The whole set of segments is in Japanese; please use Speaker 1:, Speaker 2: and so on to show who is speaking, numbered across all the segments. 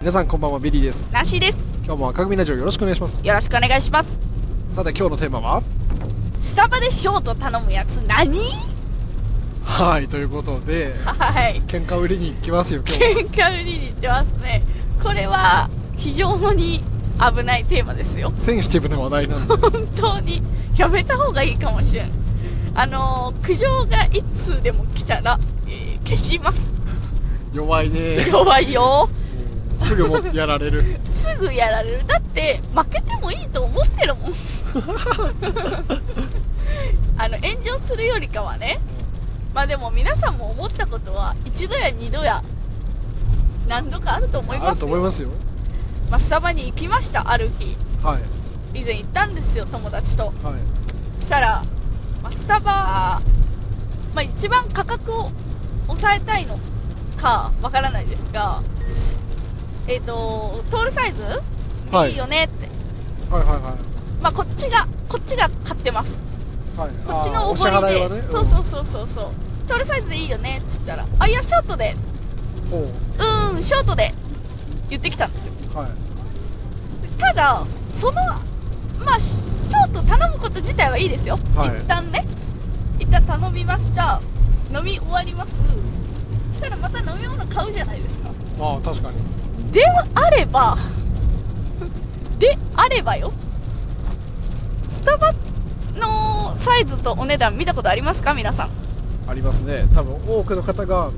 Speaker 1: 皆さんこんばんはベリーです
Speaker 2: らしいです
Speaker 1: 今日も赤組ラジオよろしくお願いします
Speaker 2: よろしくお願いします
Speaker 1: さて今日のテーマは
Speaker 2: スタバでショート頼むやつ何
Speaker 1: はいということで
Speaker 2: はい
Speaker 1: 喧嘩売りに行きますよ今 日
Speaker 2: 喧嘩売りに行ってますねこれは非常に危ないテーマですよ
Speaker 1: センシティブな話題なんで
Speaker 2: 本当にやめた方がいいかもしれんあのー苦情が一通でも来たら、えー消します
Speaker 1: 弱いね
Speaker 2: 弱いよ
Speaker 1: すぐもうやられる
Speaker 2: すぐやられるだって負けてもいいと思っ てるもんあの炎上するよりかはねまあでも皆さんも思ったことは一度や二度や何度かあると思い
Speaker 1: あ
Speaker 2: ま
Speaker 1: る
Speaker 2: す
Speaker 1: と
Speaker 2: よ
Speaker 1: 思いますよ
Speaker 2: まあスタバに行きましたある日
Speaker 1: はい
Speaker 2: 以前行ったんですよ友達と
Speaker 1: はい
Speaker 2: そしたら、まあ、スタバ、まあ、一番価格を抑えたいのかわからないですがえっ、とトールサイズ
Speaker 1: はい
Speaker 2: いいよねって、
Speaker 1: はいはいは
Speaker 2: まあ、こっちがこっちが買ってます
Speaker 1: いはい
Speaker 2: こっち
Speaker 1: あー
Speaker 2: のお
Speaker 1: お支
Speaker 2: ごり
Speaker 1: 払い
Speaker 2: で、
Speaker 1: はね
Speaker 2: そうそうそうそうそうトールサイズでいいよねって言ったら「あいやショートで
Speaker 1: うんおう
Speaker 2: うーんショートで」言ってきたんですよ
Speaker 1: はい
Speaker 2: ただそのまあショート頼むこと自体はいいですよ、
Speaker 1: はい
Speaker 2: 一旦ね一旦頼みました飲み終わりますそしたらまた飲み物買うじゃないですか
Speaker 1: まあ確かに
Speaker 2: であれば であればよスタバのサイズとお値段見たことありますか皆さん
Speaker 1: ありますね多分多くの方が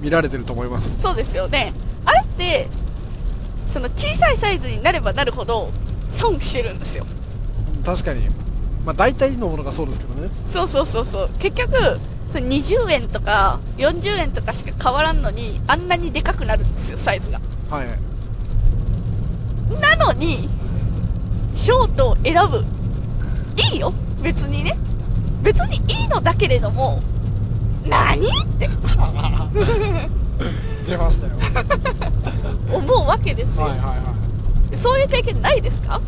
Speaker 1: 見られてると思います
Speaker 2: そうですよねあれってその小さいサイズになればなるほど損してるんですよ
Speaker 1: 確かにまあ大体のものがそうですけどね
Speaker 2: そうそうそうそう結局それ20円とか40円とかしか変わらんのにあんなにでかくなるんですよサイズが
Speaker 1: はい
Speaker 2: なのにショートを選ぶいいよ別にね別にいいのだけれども何って
Speaker 1: 出ましたよはい
Speaker 2: 思うわけですよ、
Speaker 1: はいはい
Speaker 2: そういう経験ないですか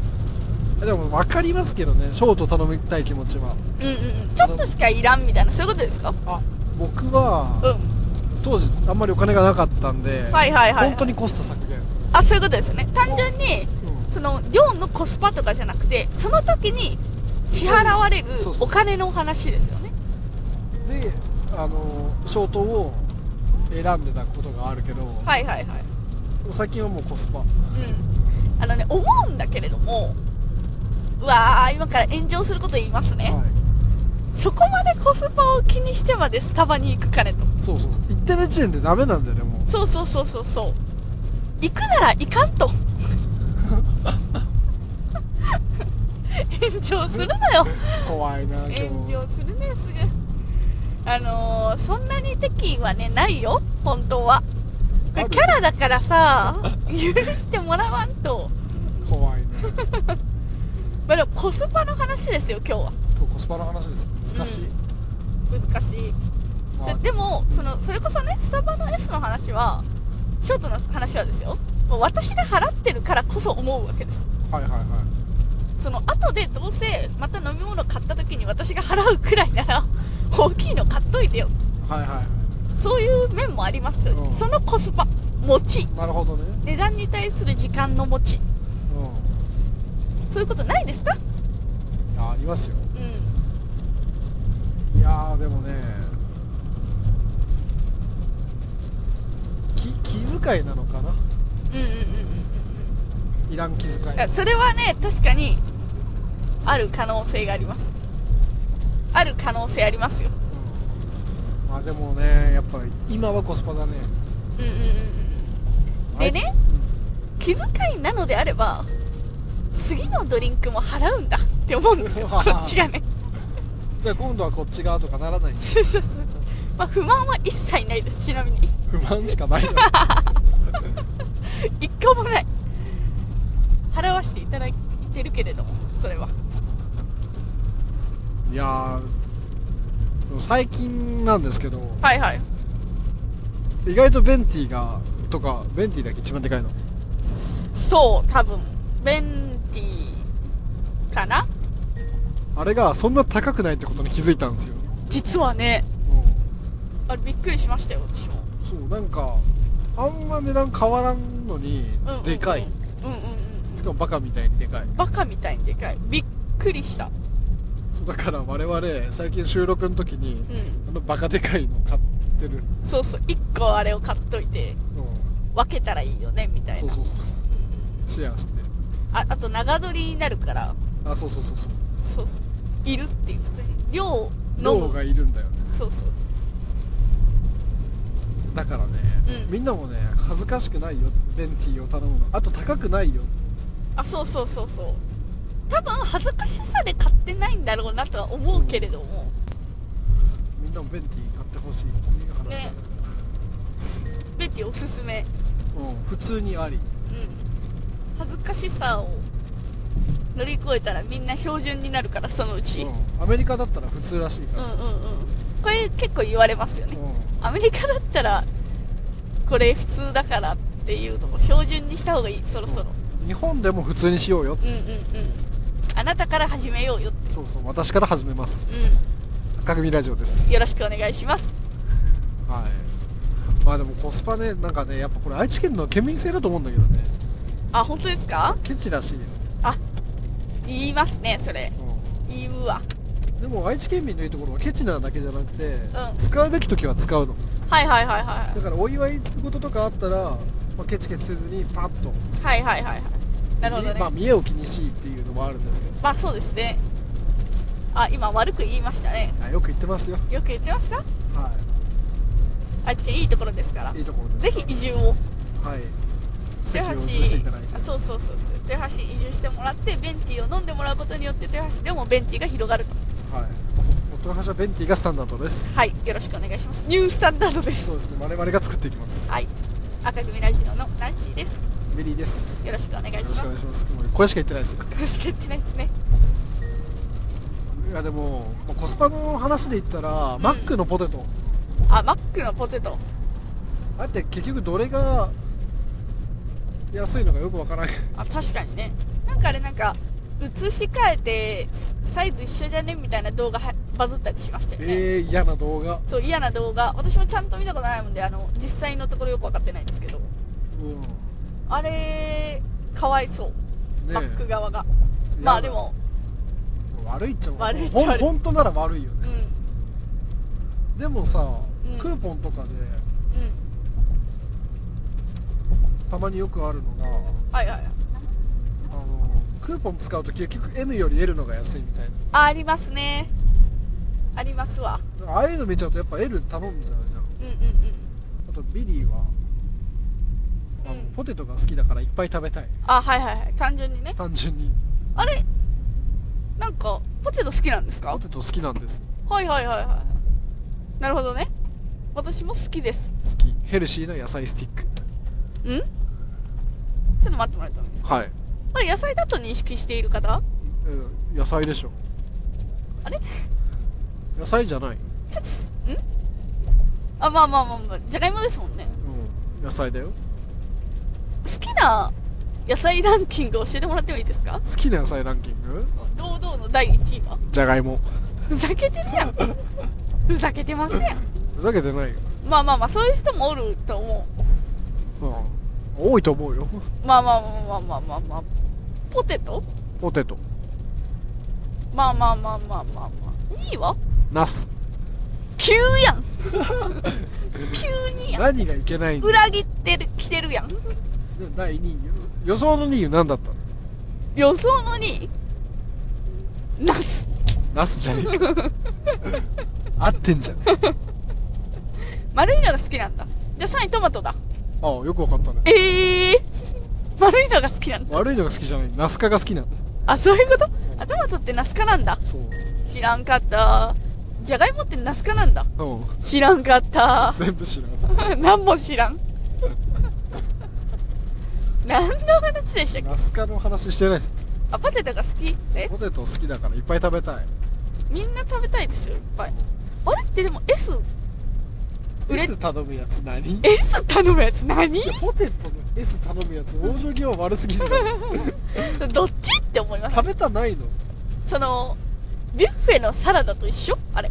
Speaker 1: でも分かりますけどねショート頼みたい気持ちは
Speaker 2: うんうんうんちょっとしかいらんみたいなそういうことですか
Speaker 1: あ僕
Speaker 2: う
Speaker 1: は
Speaker 2: ん
Speaker 1: 当時あんまりお金がなかったんで、
Speaker 2: はいはいはい
Speaker 1: 本当にコスト削減、
Speaker 2: あそういうことですよね単純に
Speaker 1: うん
Speaker 2: その量のコスパとかじゃなくてその時に支払われる
Speaker 1: そうそう
Speaker 2: お金のお話ですよね
Speaker 1: であのショートを選んでたことがあるけど、
Speaker 2: はいはいはい
Speaker 1: 最近はもうコスパ
Speaker 2: うんあのね思うんだけれどもうわあ今から炎上すること言いますね、
Speaker 1: はい、
Speaker 2: そこまでコスパを気にしてまでスタバに行くかねと
Speaker 1: そうそうそう行ってる時点でダメなんだよねもう
Speaker 2: そうそうそうそうそう行くなら行かんと炎上するなよ
Speaker 1: 怖いな今日
Speaker 2: 炎上するねすぐあのー、そんなに敵意はねないよ本当はこれ
Speaker 1: ある
Speaker 2: キャラだからさ許してもらわんと
Speaker 1: 怖いな
Speaker 2: まあでもコスパの話ですよ今日は
Speaker 1: 今日コスパの話ですよ難しい、
Speaker 2: 難しい
Speaker 1: ま
Speaker 2: そ
Speaker 1: あ
Speaker 2: れでもそのそれこそねスタバの S の話はショートの話はですよもう私が払ってるからこそ思うわけです
Speaker 1: はいはいはい
Speaker 2: その後でどうせまた飲み物買った時に私が払うくらいなら 大きいの買っといてよ
Speaker 1: はいはいは
Speaker 2: そういう面もありますよ、
Speaker 1: うん
Speaker 2: そのコスパ持ち
Speaker 1: いなるほどね
Speaker 2: 値段に対する時間の持ち
Speaker 1: う
Speaker 2: そういうことないですか
Speaker 1: んいやありますよ
Speaker 2: うん
Speaker 1: いやーでもねき気遣いなのかな
Speaker 2: うんうんうんうんうん
Speaker 1: いらん気遣い
Speaker 2: だからそれはね確かにある可能性がありますある可能性ありますよ
Speaker 1: うんまあでもねやっぱ今はコスパだね
Speaker 2: うんうんうんうんでね気遣いなのであれば次のドリンクも払うんだって思うんですよこっちがね
Speaker 1: う んじゃあ今度はこっち側とかならない
Speaker 2: そうそうそうそうまあ不満は一切ないですちなみに
Speaker 1: 不満しかない
Speaker 2: 一個もない払わせていただいてるけれどもそれはい
Speaker 1: やーでも最近なんですけど
Speaker 2: はいはい
Speaker 1: 意外とベンティがとかベンティだっけ一番でかいの
Speaker 2: そう多分ベンティかな
Speaker 1: あれがそんな高くないってことに気づいたんですよ、
Speaker 2: 実はね
Speaker 1: うん
Speaker 2: あれびっくりしましたよ私も
Speaker 1: そうなんかあんま値段変わらんのに
Speaker 2: うんうんうん
Speaker 1: でかい、
Speaker 2: うんうんうんうん
Speaker 1: しかもバカみたいにでかい
Speaker 2: バカみたいにでかいびっくりした
Speaker 1: そうだから我々最近収録の時に
Speaker 2: うん
Speaker 1: あのバカでかいの買ってる、
Speaker 2: そうそう1個あれを買っといて
Speaker 1: う
Speaker 2: 分けたらいいよねみた
Speaker 1: ん、
Speaker 2: い
Speaker 1: そう
Speaker 2: な
Speaker 1: そうそう
Speaker 2: うん
Speaker 1: シェアして
Speaker 2: ああと長取りになるから
Speaker 1: あそうそうそうそう
Speaker 2: そうそういるっていう普通に量を飲
Speaker 1: 脳
Speaker 2: む
Speaker 1: がいるんだよね
Speaker 2: そうそう
Speaker 1: だからね、
Speaker 2: うん
Speaker 1: みんなもね恥ずかしくないよベンティーを頼むのあと高くないよ
Speaker 2: あそうそうそうそう多分恥ずかしさで買ってないんだろうなとは思うけれども、
Speaker 1: みんなもベンティー買ってほしいっていう話だよね
Speaker 2: ねベッティおすすめ
Speaker 1: うん、普通にあり
Speaker 2: うん恥ずかしさを乗り越えたらみんな標準になるからそのうち、
Speaker 1: うん、アメリカだったら普通らしいか
Speaker 2: う
Speaker 1: ら、
Speaker 2: んうんうんこれ結構言われますよね
Speaker 1: うん
Speaker 2: アメリカだったらこれ普通だからっていうのを標準にした方がいいそろそろ
Speaker 1: 日本でも普通にしようよ
Speaker 2: うんうんうんあなたから始めようよ
Speaker 1: そうそう私から始めます
Speaker 2: う
Speaker 1: 赤組ラジオです
Speaker 2: んよろしくお願いします
Speaker 1: はいまあでもコスパねなんかねやっぱこれ愛知県の県民性だと思うんだけどね
Speaker 2: あ本当ですか
Speaker 1: ケチらしいよ、
Speaker 2: 言いますねそれ言うわ
Speaker 1: うん、でも愛知県民のいいところはケチなだけじゃなくて、
Speaker 2: ん
Speaker 1: 使うべき時は使うの
Speaker 2: はいはいはいは
Speaker 1: だからお祝い事とかあったら、まあ、ケチケチせずにパッと
Speaker 2: いはいはいはいはいなるほどね
Speaker 1: まあ見栄を気にしいっていうのもあるんですけど
Speaker 2: まあそうですねあ今悪く言いましたね
Speaker 1: あよく言ってますよ
Speaker 2: よく言ってますか
Speaker 1: は
Speaker 2: 愛知県いいところですから
Speaker 1: いいいところです
Speaker 2: ぜひ移住を
Speaker 1: はい席
Speaker 2: 豊
Speaker 1: を
Speaker 2: 橋
Speaker 1: 移していただいて
Speaker 2: あそうそうそうそう豊橋移住してもらってベンティーを飲んでもらうことによって豊橋でもベンティーが広がると
Speaker 1: はい。お豊橋はベンティがスタンダードです。
Speaker 2: はいよろしくお願いしますニュースタンダードです
Speaker 1: そうですね。我々が作っていきます。
Speaker 2: はい赤組ラジオのナンシーです
Speaker 1: メリーです。
Speaker 2: よろしくお願いし
Speaker 1: よろ
Speaker 2: ま
Speaker 1: しく
Speaker 2: す
Speaker 1: お
Speaker 2: よ
Speaker 1: 願いします。これしか言ってないですよ。
Speaker 2: ろしく言ってないですね
Speaker 1: いやでももうコスパの話で言ったら、マックのポテト。
Speaker 2: あマックのポテト
Speaker 1: あって結局どれが安いのかよくわからない。
Speaker 2: あ確かにねなんかあれなんか写し替えてサイズ一緒じゃねみたいな動画はバズったりしましたよね、
Speaker 1: えー、嫌な動画。
Speaker 2: そう嫌な動画私もちゃんと見たことないもんであの実際のところよく分かってないんですけど
Speaker 1: うん。ね
Speaker 2: あれかわいそう、
Speaker 1: え
Speaker 2: マック側が
Speaker 1: 嫌な
Speaker 2: まあでも
Speaker 1: 悪いっちゃ悪い。
Speaker 2: 悪いっちゃ
Speaker 1: ほん
Speaker 2: 悪い
Speaker 1: 本当なら悪いよ
Speaker 2: うん
Speaker 1: ね。
Speaker 2: うん
Speaker 1: でもさ、
Speaker 2: うん
Speaker 1: クーポンとかでたまによくあるのが、
Speaker 2: はいはいはい
Speaker 1: あのクーポン使うと結局 N より L のが安いみたいな。
Speaker 2: あありますねありますわ
Speaker 1: ああいうの見ちゃうとやっぱ L 頼んじゃうじゃん
Speaker 2: うんうんうん
Speaker 1: あとビリーは、あの
Speaker 2: うん
Speaker 1: ポテトが好きだからいっぱい食べたい
Speaker 2: あはいはいはい単純にね
Speaker 1: 単純に
Speaker 2: あれなんかポテト好きなんですか
Speaker 1: ポテト好きなんです
Speaker 2: はいはいはいはいなるほどね私も好きです
Speaker 1: 好きヘルシーな野菜スティック
Speaker 2: んちょっと待ってもらってもいいですか
Speaker 1: はい、
Speaker 2: これ野菜だと認識している方
Speaker 1: うん、野菜でしょ
Speaker 2: あれ
Speaker 1: 野菜じゃない、
Speaker 2: ちょっとんあまあまあまあまあじゃがいもですもんね
Speaker 1: うん、野菜だよ
Speaker 2: 好きな野菜ランキング教えてもらってもいいですか
Speaker 1: 好きな野菜ランキング
Speaker 2: 堂々の第1位は
Speaker 1: じゃがいも
Speaker 2: ふざけてるやんふざけてません
Speaker 1: ふざけてないよ、
Speaker 2: まあまあまあそういう人もおると思
Speaker 1: うん、多いと思うよ
Speaker 2: うまあまあまあまあまあまあ、まあ、ポテト
Speaker 1: ポテト
Speaker 2: まあまあまあまあまあまあ2位は
Speaker 1: ナス
Speaker 2: 急やん急にやん
Speaker 1: 何がいけないんだ
Speaker 2: 裏切ってる来てるやん
Speaker 1: で第2位予想の2位何だったの
Speaker 2: 予想の2位ナス
Speaker 1: ナスじゃねえか合ってんじゃん
Speaker 2: 丸いのが好きなんだじゃあ3位トマトだ
Speaker 1: ああよくわかったね
Speaker 2: ええー、丸いのが好きなんだ
Speaker 1: 悪いのが好きじゃないナスカが好きなんだ
Speaker 2: あそういうことあトマトってナス科なんだ
Speaker 1: そう
Speaker 2: 知らんかったじゃがいもってナス科なんだ
Speaker 1: うん
Speaker 2: 知らんかった
Speaker 1: 全部知らん
Speaker 2: 何も知らん何の話でしたっけ
Speaker 1: ナスカの話してないです
Speaker 2: あポテトが好きって
Speaker 1: ポテト好きだからいっぱい食べたい
Speaker 2: みんな食べたいですよいっぱいあれってでも S 売れ
Speaker 1: S 頼むやつ何
Speaker 2: S 頼むやつ何
Speaker 1: ポテトの S 頼むやつ往生際悪すぎる
Speaker 2: どっちって思います
Speaker 1: 食べたないの
Speaker 2: そのビュッフェのサラダと一緒あれ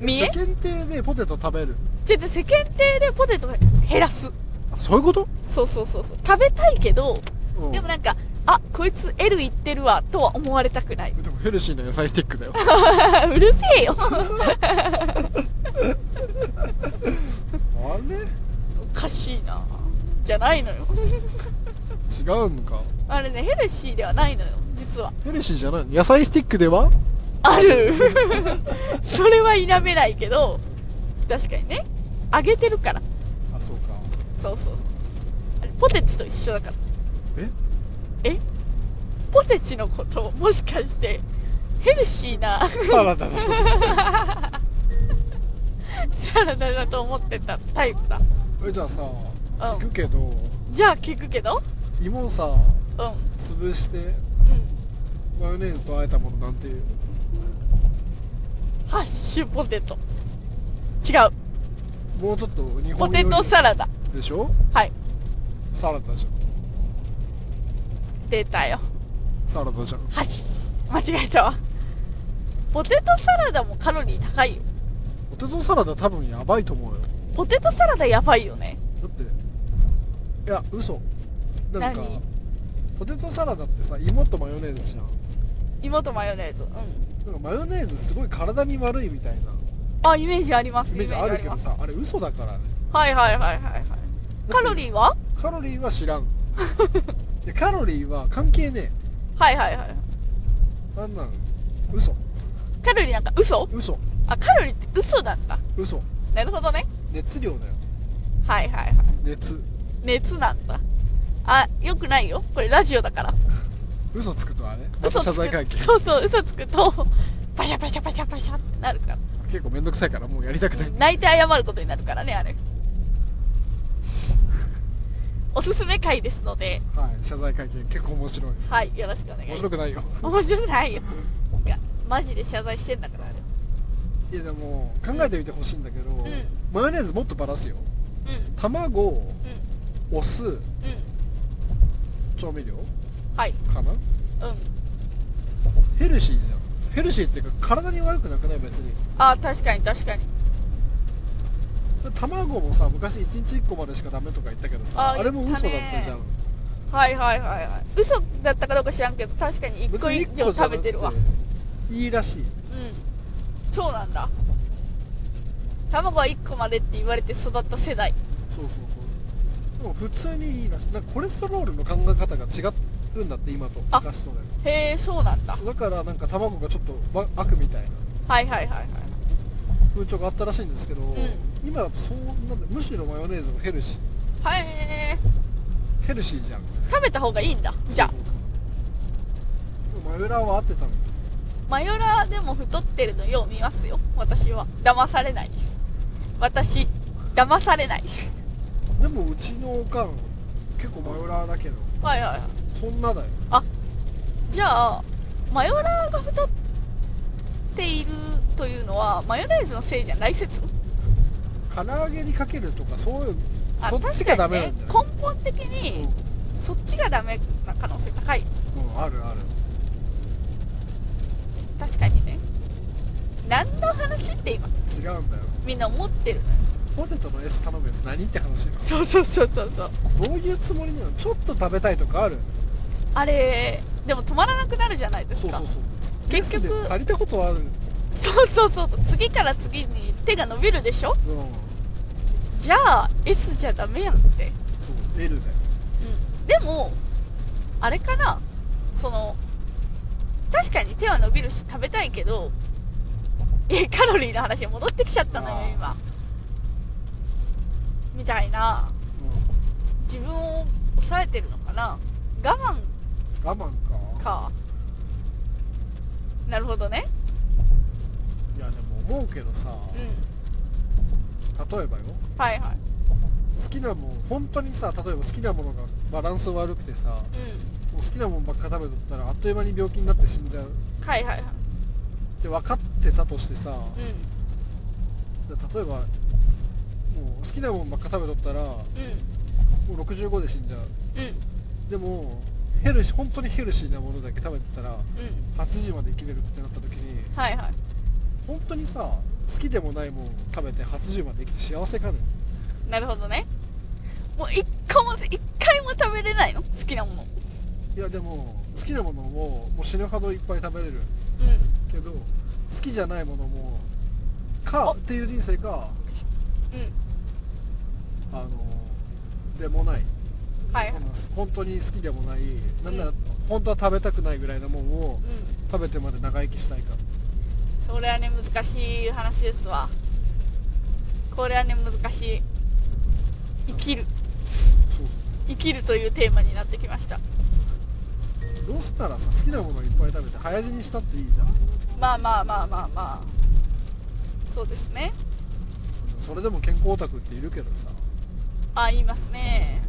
Speaker 2: 見え
Speaker 1: 世間体でポテト食べる
Speaker 2: ちょっと世間体でポテト減らす
Speaker 1: あそういうこと、
Speaker 2: そうそうそうそう食べたいけど
Speaker 1: うん、
Speaker 2: でもなんかあこいつ L いってるわとは思われたくない
Speaker 1: でもヘルシーな野菜スティック だよ
Speaker 2: うるせえよ
Speaker 1: あれ
Speaker 2: おかしいなじゃないのよ
Speaker 1: 違うのか
Speaker 2: あれねヘルシーではないのよ実は
Speaker 1: ヘルシーじゃないの野菜スティックでは
Speaker 2: ある それは否めないけど確かにね揚げてるか ら
Speaker 1: あそうか
Speaker 2: そうそうそうあれポテチと一緒だから
Speaker 1: え
Speaker 2: えポテチのことをもしかしてヘルシーな
Speaker 1: サラダだと
Speaker 2: サラダだと思ってたタイプだ
Speaker 1: えじゃあさ聞くけど
Speaker 2: じゃあ聞くけど
Speaker 1: 芋をさ
Speaker 2: うんうん
Speaker 1: 潰してマヨネーズと和えたものなんていう
Speaker 2: ハッシュポテト違う
Speaker 1: もうちょっと日
Speaker 2: ポ
Speaker 1: 本
Speaker 2: テ
Speaker 1: 料
Speaker 2: トサラダ
Speaker 1: 理でしょ
Speaker 2: はい
Speaker 1: サラダじゃん
Speaker 2: 出たよ
Speaker 1: サラダじゃん
Speaker 2: ハッシュ間違えたわポテトサラダもカロリー高いよ
Speaker 1: ポテトサラダ多分やばいと思うよ
Speaker 2: ポテトサラダやばいよね
Speaker 1: だっていや嘘なんか
Speaker 2: 何
Speaker 1: ポテトサラダってさ芋とマヨネーズじゃん
Speaker 2: 芋とマヨネーズうん
Speaker 1: なんかマヨネーズすごい体に悪いみたいな
Speaker 2: あイメージあります
Speaker 1: イメージあるけど
Speaker 2: ます
Speaker 1: さあれ嘘だからね
Speaker 2: はいはいはいはいはいカロリーは
Speaker 1: カロリーは知らんいやカロリーは関係ね
Speaker 2: はいはいはい
Speaker 1: えあんなん嘘
Speaker 2: カロリーなんか嘘
Speaker 1: 嘘
Speaker 2: あカロリーって嘘なんだ
Speaker 1: 嘘
Speaker 2: なるほどね
Speaker 1: 熱量だよ
Speaker 2: はいはいはい
Speaker 1: 熱
Speaker 2: 熱なんだあよくないよこれラジオだから
Speaker 1: 嘘つくとあれま
Speaker 2: 嘘
Speaker 1: た
Speaker 2: つ
Speaker 1: 謝
Speaker 2: く
Speaker 1: 罪会見
Speaker 2: そうそう嘘つくとパシャパシャパシャパシャってなるから
Speaker 1: 結構めんどくさいからもうやりたくない
Speaker 2: 泣いて謝ることになるからねあれ おすすめ回ですので
Speaker 1: はい謝罪会見結構面白い
Speaker 2: はいよろしくお願いしま
Speaker 1: 面
Speaker 2: す
Speaker 1: 白くないよ
Speaker 2: 面白くないよいやマジで謝罪してんだからあれ
Speaker 1: いやでも考えてみてほしいんだけど、
Speaker 2: ん
Speaker 1: マヨネーズもっとバラすよ
Speaker 2: うん
Speaker 1: 卵
Speaker 2: う
Speaker 1: お酢
Speaker 2: んうん
Speaker 1: 調味料
Speaker 2: はい
Speaker 1: かな
Speaker 2: うん
Speaker 1: ヘルシーじゃんヘルシーっていうか体に悪くなくない別に
Speaker 2: あ確かに確かに
Speaker 1: 卵もさ昔1日1個までしかダメとか言ったけどさ
Speaker 2: あ
Speaker 1: あれも嘘だったじゃん
Speaker 2: はいはいはいはい嘘だったかどうか知らんけど確かに1個以
Speaker 1: 別に
Speaker 2: 上
Speaker 1: じゃ
Speaker 2: 食
Speaker 1: な
Speaker 2: べ
Speaker 1: く
Speaker 2: てるわ
Speaker 1: いいらしい
Speaker 2: うんそうなんだ卵は1個までって言われて育った世代
Speaker 1: そうそうそうでも普通にいいらしいなんかコレステロールの考え方が違うんだって今と
Speaker 2: あ
Speaker 1: 昔とね
Speaker 2: へえそうなんだ
Speaker 1: だからなんか卵がちょっとわ悪みたいな
Speaker 2: はいはいはいはい
Speaker 1: 風潮があったらしいんですけど、
Speaker 2: ん
Speaker 1: 今だとそんなんでむしろマヨネーズもヘルシ
Speaker 2: はいへー
Speaker 1: ーヘルシーじゃん
Speaker 2: 食べた方がいいんだじゃあ
Speaker 1: そうそうそうでもマヨラーは合ってたの
Speaker 2: マヨラーでも太ってるのよう見ますよ私は騙されない私騙されない
Speaker 1: でもうちのおかん結構マヨラーだけど
Speaker 2: はいはいはい
Speaker 1: そんなだよ
Speaker 2: じゃあマヨラーが太っているというのはマヨネーズのせいじゃない説
Speaker 1: 唐揚げにかけるとかそういう
Speaker 2: あ
Speaker 1: そっちがダメなんだよ、
Speaker 2: 確かにね根本的にそっちがダメな可能性高い
Speaker 1: うん、うんあるある
Speaker 2: 確かにね何の話って今
Speaker 1: 違うんだよ
Speaker 2: みんな思ってるのよ
Speaker 1: ポテトの S 頼むやつ何って話よ
Speaker 2: そうそうそうそうそう
Speaker 1: どういうつもりなのちょっと食べたいとかある
Speaker 2: あれでも止まらなくなるじゃないです
Speaker 1: そう
Speaker 2: か
Speaker 1: そうそう
Speaker 2: 結局
Speaker 1: S で借りたことはあるうん
Speaker 2: そうそうそう次から次に手が伸びるでしょじゃあ S じゃダメやんって
Speaker 1: そう L だよ
Speaker 2: うん、でもあれかなその確かに手は伸びるし食べたいけどえカロリーの話に戻ってきちゃったのよ
Speaker 1: あー
Speaker 2: 今みたいな自分を抑えてるのかな我
Speaker 1: うん我慢か
Speaker 2: 慢かなるほどね
Speaker 1: いやでも思うけどさ
Speaker 2: うん
Speaker 1: 例えばよ
Speaker 2: はいはい
Speaker 1: 好きなもん本当にさ例えば好きなものがバランス悪くてさも
Speaker 2: うん
Speaker 1: う好きなもんばっか食べとったらあっという間に病気になって死んじゃう
Speaker 2: はいはいはい
Speaker 1: って分かってたとしてさ、
Speaker 2: うん
Speaker 1: 例えばもう好きなもんばっか食べとったらも
Speaker 2: うん
Speaker 1: う65で死んじゃう
Speaker 2: うん
Speaker 1: でもヘルシー本当にヘルシーなものだけ食べてたら
Speaker 2: うん
Speaker 1: 8時まで生きれるってなった時に
Speaker 2: はいはい
Speaker 1: 本当にさ好きでもないもん食べて80まで生きて幸せかね
Speaker 2: なるほどねもう一個も一回も食べれないの好きなもの
Speaker 1: いやでも好きなものももう死ぬほどいっぱい食べれる
Speaker 2: う
Speaker 1: けど好きじゃないものもか
Speaker 2: あ
Speaker 1: っていう人生か
Speaker 2: んうん
Speaker 1: あのでもない、
Speaker 2: はい
Speaker 1: その本当に好きでもないなんなら
Speaker 2: うん
Speaker 1: 本当は食べたくないぐらいのもんを
Speaker 2: うん
Speaker 1: 食べてまで長生きしたいか
Speaker 2: それはね難しい話ですわこれはね難しい生きる
Speaker 1: そう
Speaker 2: 生きるというテーマになってきました
Speaker 1: どうせならさ好きなものいっぱい食べて早死にしたっていいじゃん
Speaker 2: まあまあまあまあまあそうですね
Speaker 1: それでも健康オタクっているけどさ、
Speaker 2: あ言いますね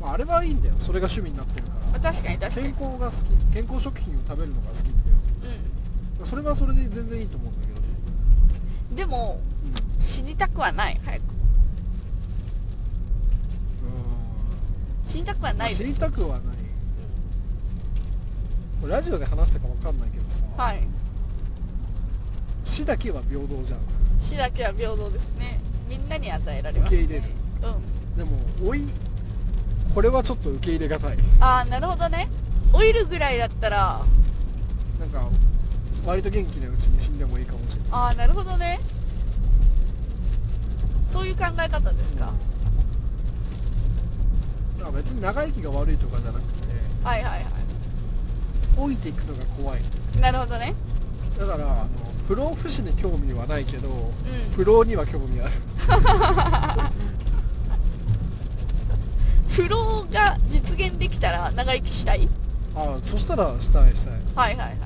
Speaker 1: まあ、あれはいいんだよそれが趣味になってるか
Speaker 2: まあ確かに
Speaker 1: ら
Speaker 2: 確か
Speaker 1: 健
Speaker 2: にうん
Speaker 1: 康が好き健康食品を食べるのが好きっていうそれはそれで全然いいと思うんだけど、
Speaker 2: うんでも死にたくはない早く
Speaker 1: うん
Speaker 2: 死にたくは
Speaker 1: ま
Speaker 2: な
Speaker 1: あ
Speaker 2: いです
Speaker 1: 死にたくはないこれラジオで話したか分かんないけどさ、
Speaker 2: うんはい
Speaker 1: 死だけは平等じゃん
Speaker 2: 死だけは平等ですねみんなに与えられます、
Speaker 1: 受
Speaker 2: ね、
Speaker 1: け入れる
Speaker 2: うん
Speaker 1: でも老いこれはちょっと受け入れがたい
Speaker 2: ああなるほどね老いるぐらいだったら
Speaker 1: なんか割と元気なうちに死んでもいいかもしれない
Speaker 2: ああなるほどねそういう考え方ですか、
Speaker 1: だから別に長生きが悪いとかじゃなくて
Speaker 2: はいはいは
Speaker 1: 老いていくのが怖い
Speaker 2: いなるほどね
Speaker 1: だからあの不老不死に興味はないけど
Speaker 2: うん
Speaker 1: 不老には興味ある
Speaker 2: 不老が実現できたら長生きしたい
Speaker 1: あそしたらしたいしたい
Speaker 2: はいはいはい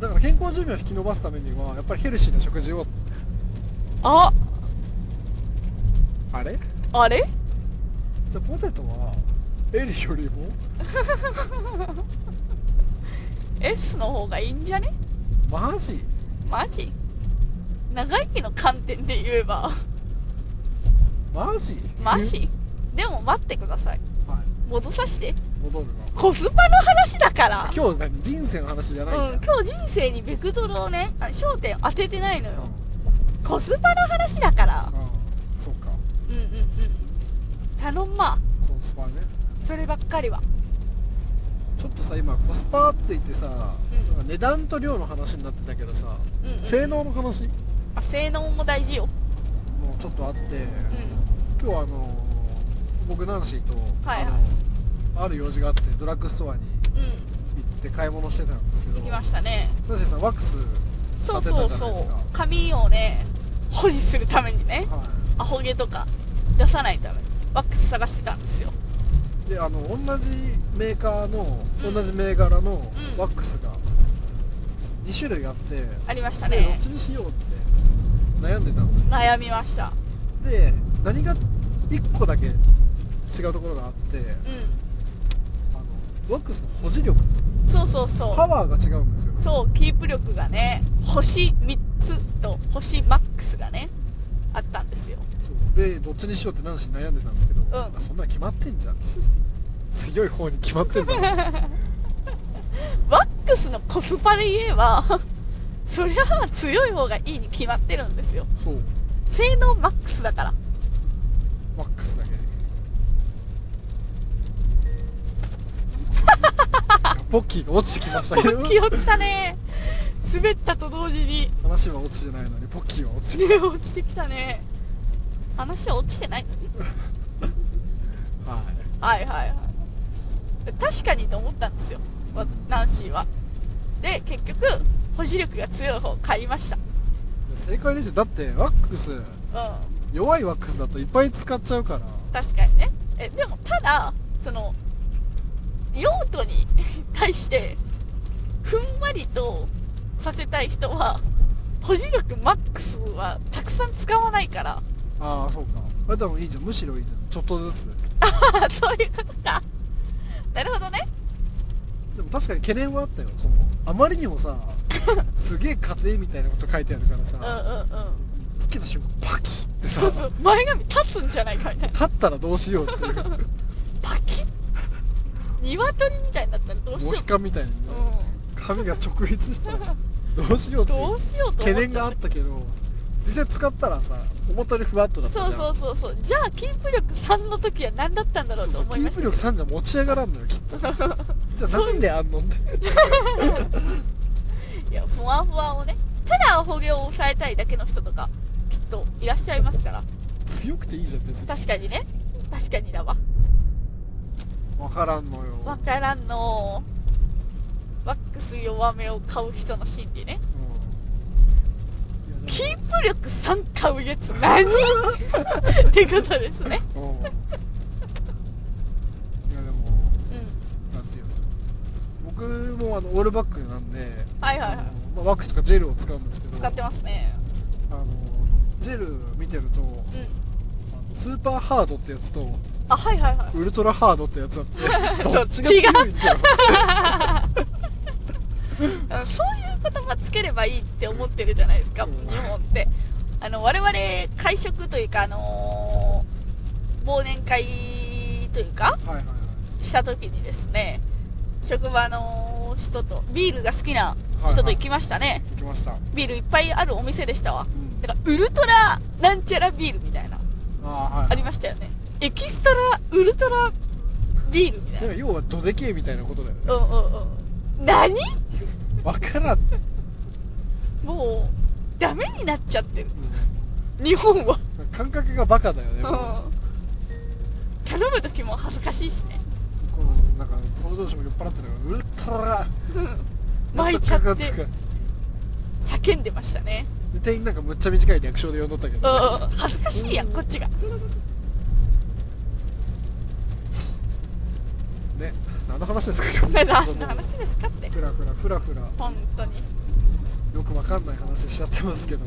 Speaker 1: だから健康寿命を引き延ばすためにはやっぱりヘルシーな食事を
Speaker 2: あ
Speaker 1: あれ
Speaker 2: あれ
Speaker 1: じゃあポテトはエリよりも
Speaker 2: S の方がいいんじゃね
Speaker 1: マジ
Speaker 2: マジ長生きの観点で言えば
Speaker 1: マジ
Speaker 2: マジでも待ってください
Speaker 1: はい
Speaker 2: 戻さして
Speaker 1: 戻るな
Speaker 2: コスパの話だから
Speaker 1: 今日何人生の話じゃないんだ、
Speaker 2: うん、今日人生にベクトルをねあ焦点当ててないのよコスパの話だから
Speaker 1: うんそうか
Speaker 2: うんうんうん頼んま
Speaker 1: コスパね
Speaker 2: そればっかりは
Speaker 1: ちょっとさ今コスパって言ってさ、
Speaker 2: うん
Speaker 1: なんか値段と量の話になってたけどさ、
Speaker 2: うんうん、
Speaker 1: 性能の話
Speaker 2: あ性能も大事よ
Speaker 1: もちょっとあって、
Speaker 2: うん
Speaker 1: 今日あの僕ナンシーと、
Speaker 2: はいはい
Speaker 1: あのある用事があってドラッグストアに
Speaker 2: うん
Speaker 1: 行って買い物してたんですけど
Speaker 2: 行きましたね
Speaker 1: ナンシーさんワックス、は
Speaker 2: そ
Speaker 1: 当
Speaker 2: うそう
Speaker 1: てたじゃな
Speaker 2: そ
Speaker 1: いです
Speaker 2: う
Speaker 1: か
Speaker 2: 髪をね保持するためにねアホ毛とか出さないためにワックス探してたんですよ
Speaker 1: い、であの同じメーカーの、
Speaker 2: うん
Speaker 1: 同じ銘柄の
Speaker 2: うん
Speaker 1: ワックスが2種類あって、
Speaker 2: ありました
Speaker 1: でどっ
Speaker 2: ね
Speaker 1: ちにしようって悩んでたんですよ
Speaker 2: 悩みました
Speaker 1: で何が1個だけ違うところがあって
Speaker 2: うん
Speaker 1: あのワックスの保持力
Speaker 2: そうそうそう
Speaker 1: パワーが違うんですよ
Speaker 2: そうキープ力がね星3つと星マックスがねあったんですよ
Speaker 1: そうでどっちにしようって何し悩んでたんですけど、
Speaker 2: ん
Speaker 1: あそんなん決まってんじゃん強い方に決まってんだ ろ
Speaker 2: ワックスのコスパで言えば そりゃあ強い方がいいに決まってるんですよ
Speaker 1: そう
Speaker 2: 性能マックスだから
Speaker 1: ワックスだけポッキーが落ちてきましたけど
Speaker 2: 気落ちたね滑ったと同時に
Speaker 1: 話は落ちてないのにポッキーは落ちてき
Speaker 2: 落ちてきたね話は落ちてないのに
Speaker 1: たはい
Speaker 2: はいはいはい確かにと思ったんですよわナンシーはで結局保持力が強い方を買いました
Speaker 1: 正解ですよだってワックス
Speaker 2: うん
Speaker 1: 弱いワックスだといっぱい使っちゃうから
Speaker 2: 確かにねえでもただその用途に 対してふんわりとさせたい人は保持力マックスはたくさん使わないから
Speaker 1: ああそうかあでもいいじゃんむしろいいじゃんちょっとずつ
Speaker 2: そういうことかなるほどね
Speaker 1: でも確かに懸念はあったよそのあまりにもさすげえ家庭みたいなこと書いてあるから
Speaker 2: うんう
Speaker 1: さ、
Speaker 2: んうん
Speaker 1: つけた瞬間パキッてさ
Speaker 2: そうそう前髪立つんじゃないかみたいな
Speaker 1: 立ったらどうしようっていう
Speaker 2: パキッ鶏みたいになったらどうしよ
Speaker 1: モヒカンみたいにね
Speaker 2: う、うん、
Speaker 1: 髪が直立したらどうしようってい
Speaker 2: ど
Speaker 1: う
Speaker 2: うしようと思っちゃ
Speaker 1: 懸念があったけど実際使ったらさ思ったよりふわっとだったじゃ
Speaker 2: そ
Speaker 1: ん
Speaker 2: うそうそうそうじゃあキープ力3の時は何だったんだろうと
Speaker 1: そうそう
Speaker 2: 思い
Speaker 1: キ
Speaker 2: ま
Speaker 1: ー
Speaker 2: した
Speaker 1: プ
Speaker 2: けど
Speaker 1: 力3じゃ持ち上がらんのよきっ とじゃあなんであんのって
Speaker 2: いやふわふわをねただアホ毛を抑えたいだけの人とかきっといらっしゃいますから
Speaker 1: 強くていいじゃん別に
Speaker 2: 確かにね確かにだわ
Speaker 1: 分からんのよ
Speaker 2: わからんのワックス弱めを買う人の心理ね
Speaker 1: うんいや
Speaker 2: キープ力3買うやつ何ってことですね
Speaker 1: でもうんいやでも
Speaker 2: うん
Speaker 1: なんていうんですか僕もあのオールバックなんで、
Speaker 2: はいはいは
Speaker 1: あ
Speaker 2: い
Speaker 1: のまあ、ワックスとかジェルを使うんですけど
Speaker 2: 使ってますね
Speaker 1: あのジェル見てると
Speaker 2: う
Speaker 1: あ
Speaker 2: ん
Speaker 1: のスーパーハードってやつと
Speaker 2: あはいはいはい
Speaker 1: ウルトラハードってやつあってどっちが強
Speaker 2: 違う
Speaker 1: いんだよ
Speaker 2: あのそういう言葉つければいいって思ってるじゃないですか、
Speaker 1: うん
Speaker 2: 日本ってあの我々会食というか、あのー忘年会というか
Speaker 1: はいはいはい
Speaker 2: した時にですね職場の人とビールが好きな人と行きましたね、
Speaker 1: できました、うん、
Speaker 2: ビールいっぱいあるお店でしたわだからウルトラなんちゃらビールみたいな
Speaker 1: ああ
Speaker 2: あ
Speaker 1: はい
Speaker 2: りましたよねエキストラウルトラビールみたい
Speaker 1: で
Speaker 2: な
Speaker 1: も要はどでけえみたいなことだよね
Speaker 2: うんうんうん何
Speaker 1: 分からん、うん
Speaker 2: もうダメになっちゃってる日本は
Speaker 1: 感覚がバカだよね、もう
Speaker 2: 頼む時も恥ずかしいしね
Speaker 1: このなんかその同士も酔っ払ってるからウルトラ
Speaker 2: 巻いちゃって
Speaker 1: なんとかなんとか
Speaker 2: 叫んでましたね
Speaker 1: で店員なんかむっちゃ短い略称で呼んどったけ
Speaker 2: うん
Speaker 1: ど、
Speaker 2: 恥ずかしいやんこっちが
Speaker 1: ね何の話ですか今日
Speaker 2: 何の話ですかって
Speaker 1: ふらふらふらふら
Speaker 2: 本当に
Speaker 1: よくわかんない話しちゃってますけど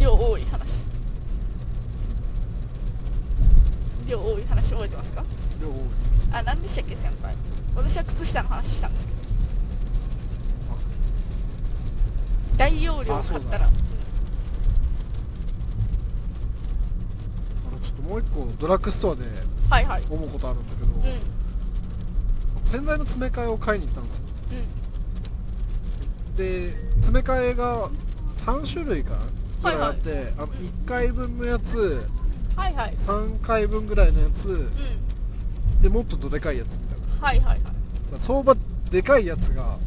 Speaker 2: 量多い話量多い話覚えてますか
Speaker 1: 量多い
Speaker 2: あ何でしたっけ先輩私は靴下の話したんですけど大容量を買ったら
Speaker 1: あ
Speaker 2: うん
Speaker 1: あのちょっともう一個ドラッグストアで
Speaker 2: はいはい
Speaker 1: 思うことあるんですけど、
Speaker 2: うんうん
Speaker 1: 洗剤の詰め替えを買いに行ったんですよで詰め替えが3種類かな
Speaker 2: はい
Speaker 1: ぐらいあ
Speaker 2: はい
Speaker 1: って、あの
Speaker 2: うん
Speaker 1: 1回分のやつ
Speaker 2: はいはい
Speaker 1: 3回分ぐらいのやつ
Speaker 2: うん
Speaker 1: でもっとどでかいやつみたいな
Speaker 2: はいはいはい
Speaker 1: 相場でかいやつが
Speaker 2: うん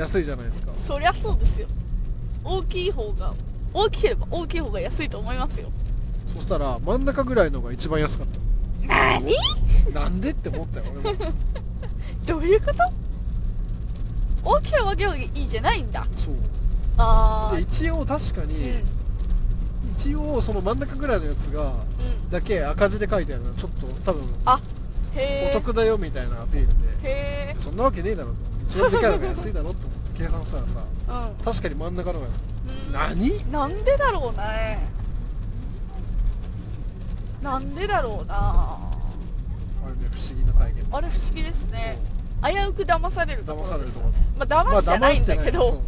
Speaker 1: 安いじゃないですか
Speaker 2: そりゃそうですよ大きい方が大きければ大きい方が安いと思いますよ
Speaker 1: そしたら真ん中ぐらいのが一番安かっ
Speaker 2: 何
Speaker 1: たなんでって思ったよ 俺も
Speaker 2: どういうこと大きなわけよりいいじゃないんだ
Speaker 1: そう
Speaker 2: ああ
Speaker 1: で一応確か
Speaker 2: うん
Speaker 1: に、一応その真ん中ぐらいのやつが
Speaker 2: うん
Speaker 1: だけ赤字で書いてあるのはちょっと多分
Speaker 2: あへ
Speaker 1: お
Speaker 2: え
Speaker 1: 得だよみたいなアピールで
Speaker 2: へえ
Speaker 1: そんなわけねえだろと一番でかいのが安いだろと思って計算したらさ
Speaker 2: うん
Speaker 1: 確かに真ん中のが安かっ
Speaker 2: うん
Speaker 1: た何
Speaker 2: なんでだろうねなんでだろうな
Speaker 1: あれね不思議な体験
Speaker 2: あれ不思議ですね危うく騙されるところですよねまあ
Speaker 1: ま
Speaker 2: 騙
Speaker 1: あ
Speaker 2: してないんだけど、
Speaker 1: そう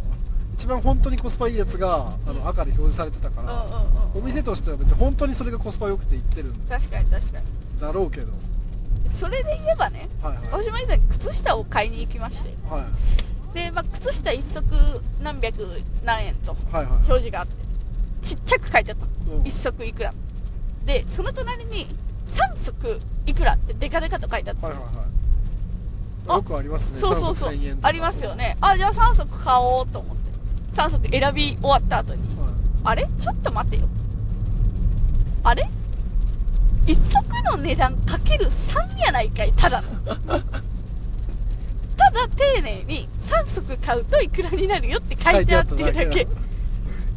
Speaker 1: 一番本当にコスパいいやつがあ
Speaker 2: うん
Speaker 1: の赤で表示されてたから、
Speaker 2: うんうんうん
Speaker 1: お店としては別に本当にそれがコスパ良くて行ってるん
Speaker 2: 確かに確かに
Speaker 1: だろうけど
Speaker 2: それで言えばね
Speaker 1: はいはい
Speaker 2: 私も以前靴下を買いに行きまして
Speaker 1: はい
Speaker 2: で、まあ、靴下一足何百何円と
Speaker 1: はい
Speaker 2: 表
Speaker 1: はい
Speaker 2: 示があってちっちゃく書いてあった
Speaker 1: うん
Speaker 2: 一足いくらでその隣に3足いくらってデカデカと書いてあったん
Speaker 1: はいはい
Speaker 2: ですよ、
Speaker 1: はい
Speaker 2: あ
Speaker 1: よくありますね
Speaker 2: そうそうそう
Speaker 1: 3足1000円とか
Speaker 2: ありますよねあじゃあ3足買おうと思って3足選び終わった後に
Speaker 1: は
Speaker 2: あれちょっと待てよあれ一足の値段かける3やないかいただの ただ丁寧に3足買うといくらになるよって書いてあってるだけ
Speaker 1: 書いてあっただ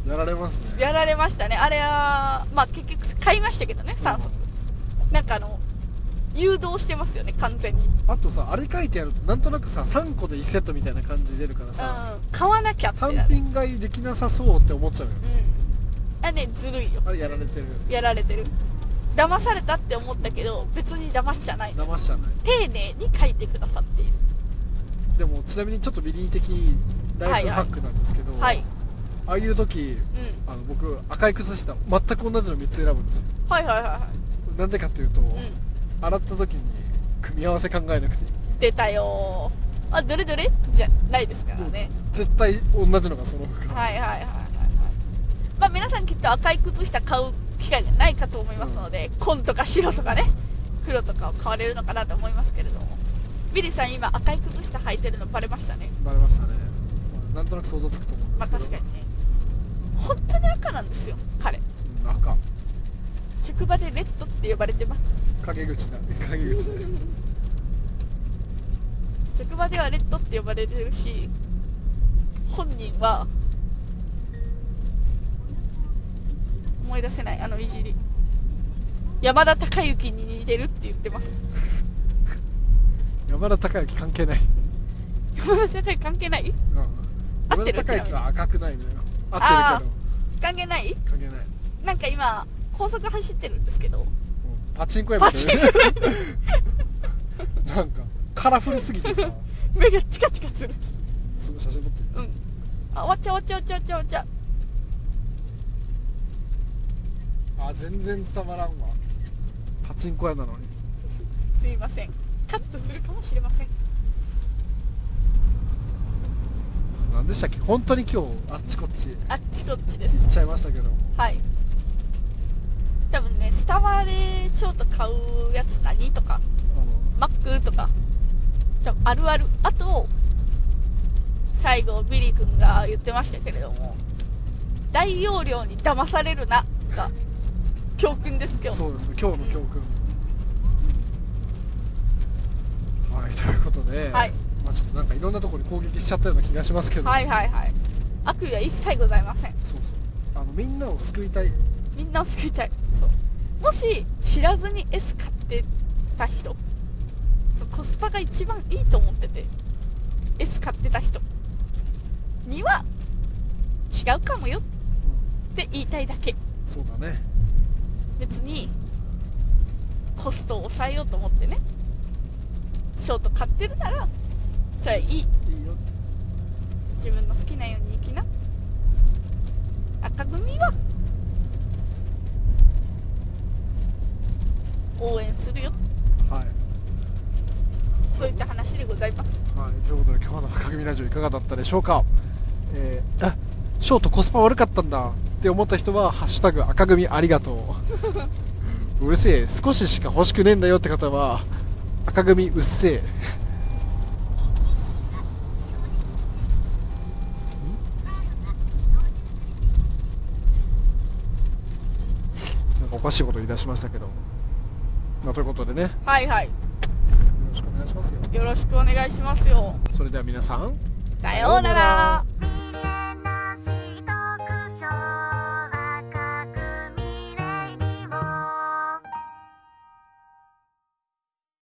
Speaker 1: けやられますね
Speaker 2: やられましたねあれはまあ結局買いましたけどね3足なんかあの誘導してますよね完全にうん
Speaker 1: あとさあれ書いてあるとなんとなくさ3個で1セットみたいな感じ出るからさ、
Speaker 2: 買わなきゃって
Speaker 1: 単
Speaker 2: なる
Speaker 1: 品買いできなさそうって思っちゃうよ
Speaker 2: うんあねずるいよ
Speaker 1: あれやられてる
Speaker 2: やられてる騙されたって思ったけど別に騙しちゃない
Speaker 1: 騙しちゃない
Speaker 2: 丁寧に書いてくださっている
Speaker 1: でもちなみにちょっとビリー的ライフハックなんですけど、
Speaker 2: はい、
Speaker 1: ああいう時
Speaker 2: うん、
Speaker 1: あの僕赤い靴下全く同じの3つ選ぶんですよ
Speaker 2: はいはいはいは
Speaker 1: なんでかっていうと、
Speaker 2: い、うん、
Speaker 1: 洗った時に組み合わせ考えなくていい
Speaker 2: 出たよーあどれどれじゃないですからね、
Speaker 1: 絶対同じのが揃うから、
Speaker 2: はいはいはいはいはいまあ皆さんきっと赤い靴下買う機会がないかと思いますので、紺とか白とかね黒とかを買われるのかなと思いますけれどもビリーさん今赤い靴下履いてるのバレましたね
Speaker 1: バレましたね、まあなんとなく想像つくと思うん
Speaker 2: ま
Speaker 1: で
Speaker 2: あ
Speaker 1: すけど
Speaker 2: 確かにね本当に赤なんですよ彼
Speaker 1: うん赤
Speaker 2: 職場でレッドって呼ばれてます
Speaker 1: 陰口だ陰口だね
Speaker 2: 職場ではレッドって呼ばれてるし本人は思い出せないあのいじり山田孝之に似てるって言ってます
Speaker 1: 山田孝之関係ない、
Speaker 2: 山田孝之関係ない
Speaker 1: うん、
Speaker 2: 合ってる
Speaker 1: 山田孝之は赤くないのよ合
Speaker 2: あ
Speaker 1: っ
Speaker 2: ー
Speaker 1: てる
Speaker 2: 関係ない
Speaker 1: けど関係ない
Speaker 2: なんか今高速走ってるんですけど
Speaker 1: もうパチンコやめてる なんかカラフルすぎてさ
Speaker 2: 目がチカチカする
Speaker 1: すごい写真撮ってる
Speaker 2: うんあ終わっちゃう終わっちゃう終わっちゃう終わっち
Speaker 1: あ全然伝わらんわパチンコ屋なのに
Speaker 2: ゃうすいませんカットするかもしれません
Speaker 1: 何でしたっけ本当に今日あっちこっち行
Speaker 2: あっちこっちです
Speaker 1: っちゃいましたけども
Speaker 2: はい多分ねスタバでショート買うやつ何とか
Speaker 1: あの
Speaker 2: マックとか多分あるあるあと最後ビリー君が言ってましたけれども大容量に騙されるなが教訓です今日
Speaker 1: そうですね今日の教訓、はいということで、
Speaker 2: はい
Speaker 1: まあ、ちょっとなんかいろんなところに攻撃しちゃったような気がしますけど、
Speaker 2: はいはいはい悪意は一切ございません
Speaker 1: そうそうあのみんなを救いたい
Speaker 2: みんなを救いたいそうもし知らずに S 買ってた人そうコスパが一番いいと思ってて S 買ってた人には違うかもよって言いたいだけ
Speaker 1: そうだね
Speaker 2: 別にコストを抑えようと思ってねショート買ってるならそれはいい
Speaker 1: いいよ
Speaker 2: 自分の好きなように生きな赤組は応援するよ
Speaker 1: はい、
Speaker 2: そういった話でございます
Speaker 1: はい、ということで今日の赤組ラジオいかがだったでしょうかえーあショートコスパ悪かったんだって思った人は「ハッシュタグ赤組ありがとう」うるせえ少ししか欲しくねえんだよって方は「赤組うっせえ」なんかおかしいこと言い出しましたけど、まあ、ということでねよ
Speaker 2: はいはい
Speaker 1: ろしくお願いしますよ
Speaker 2: よろしくお願いしますよ
Speaker 1: それでは皆さん
Speaker 2: さようなら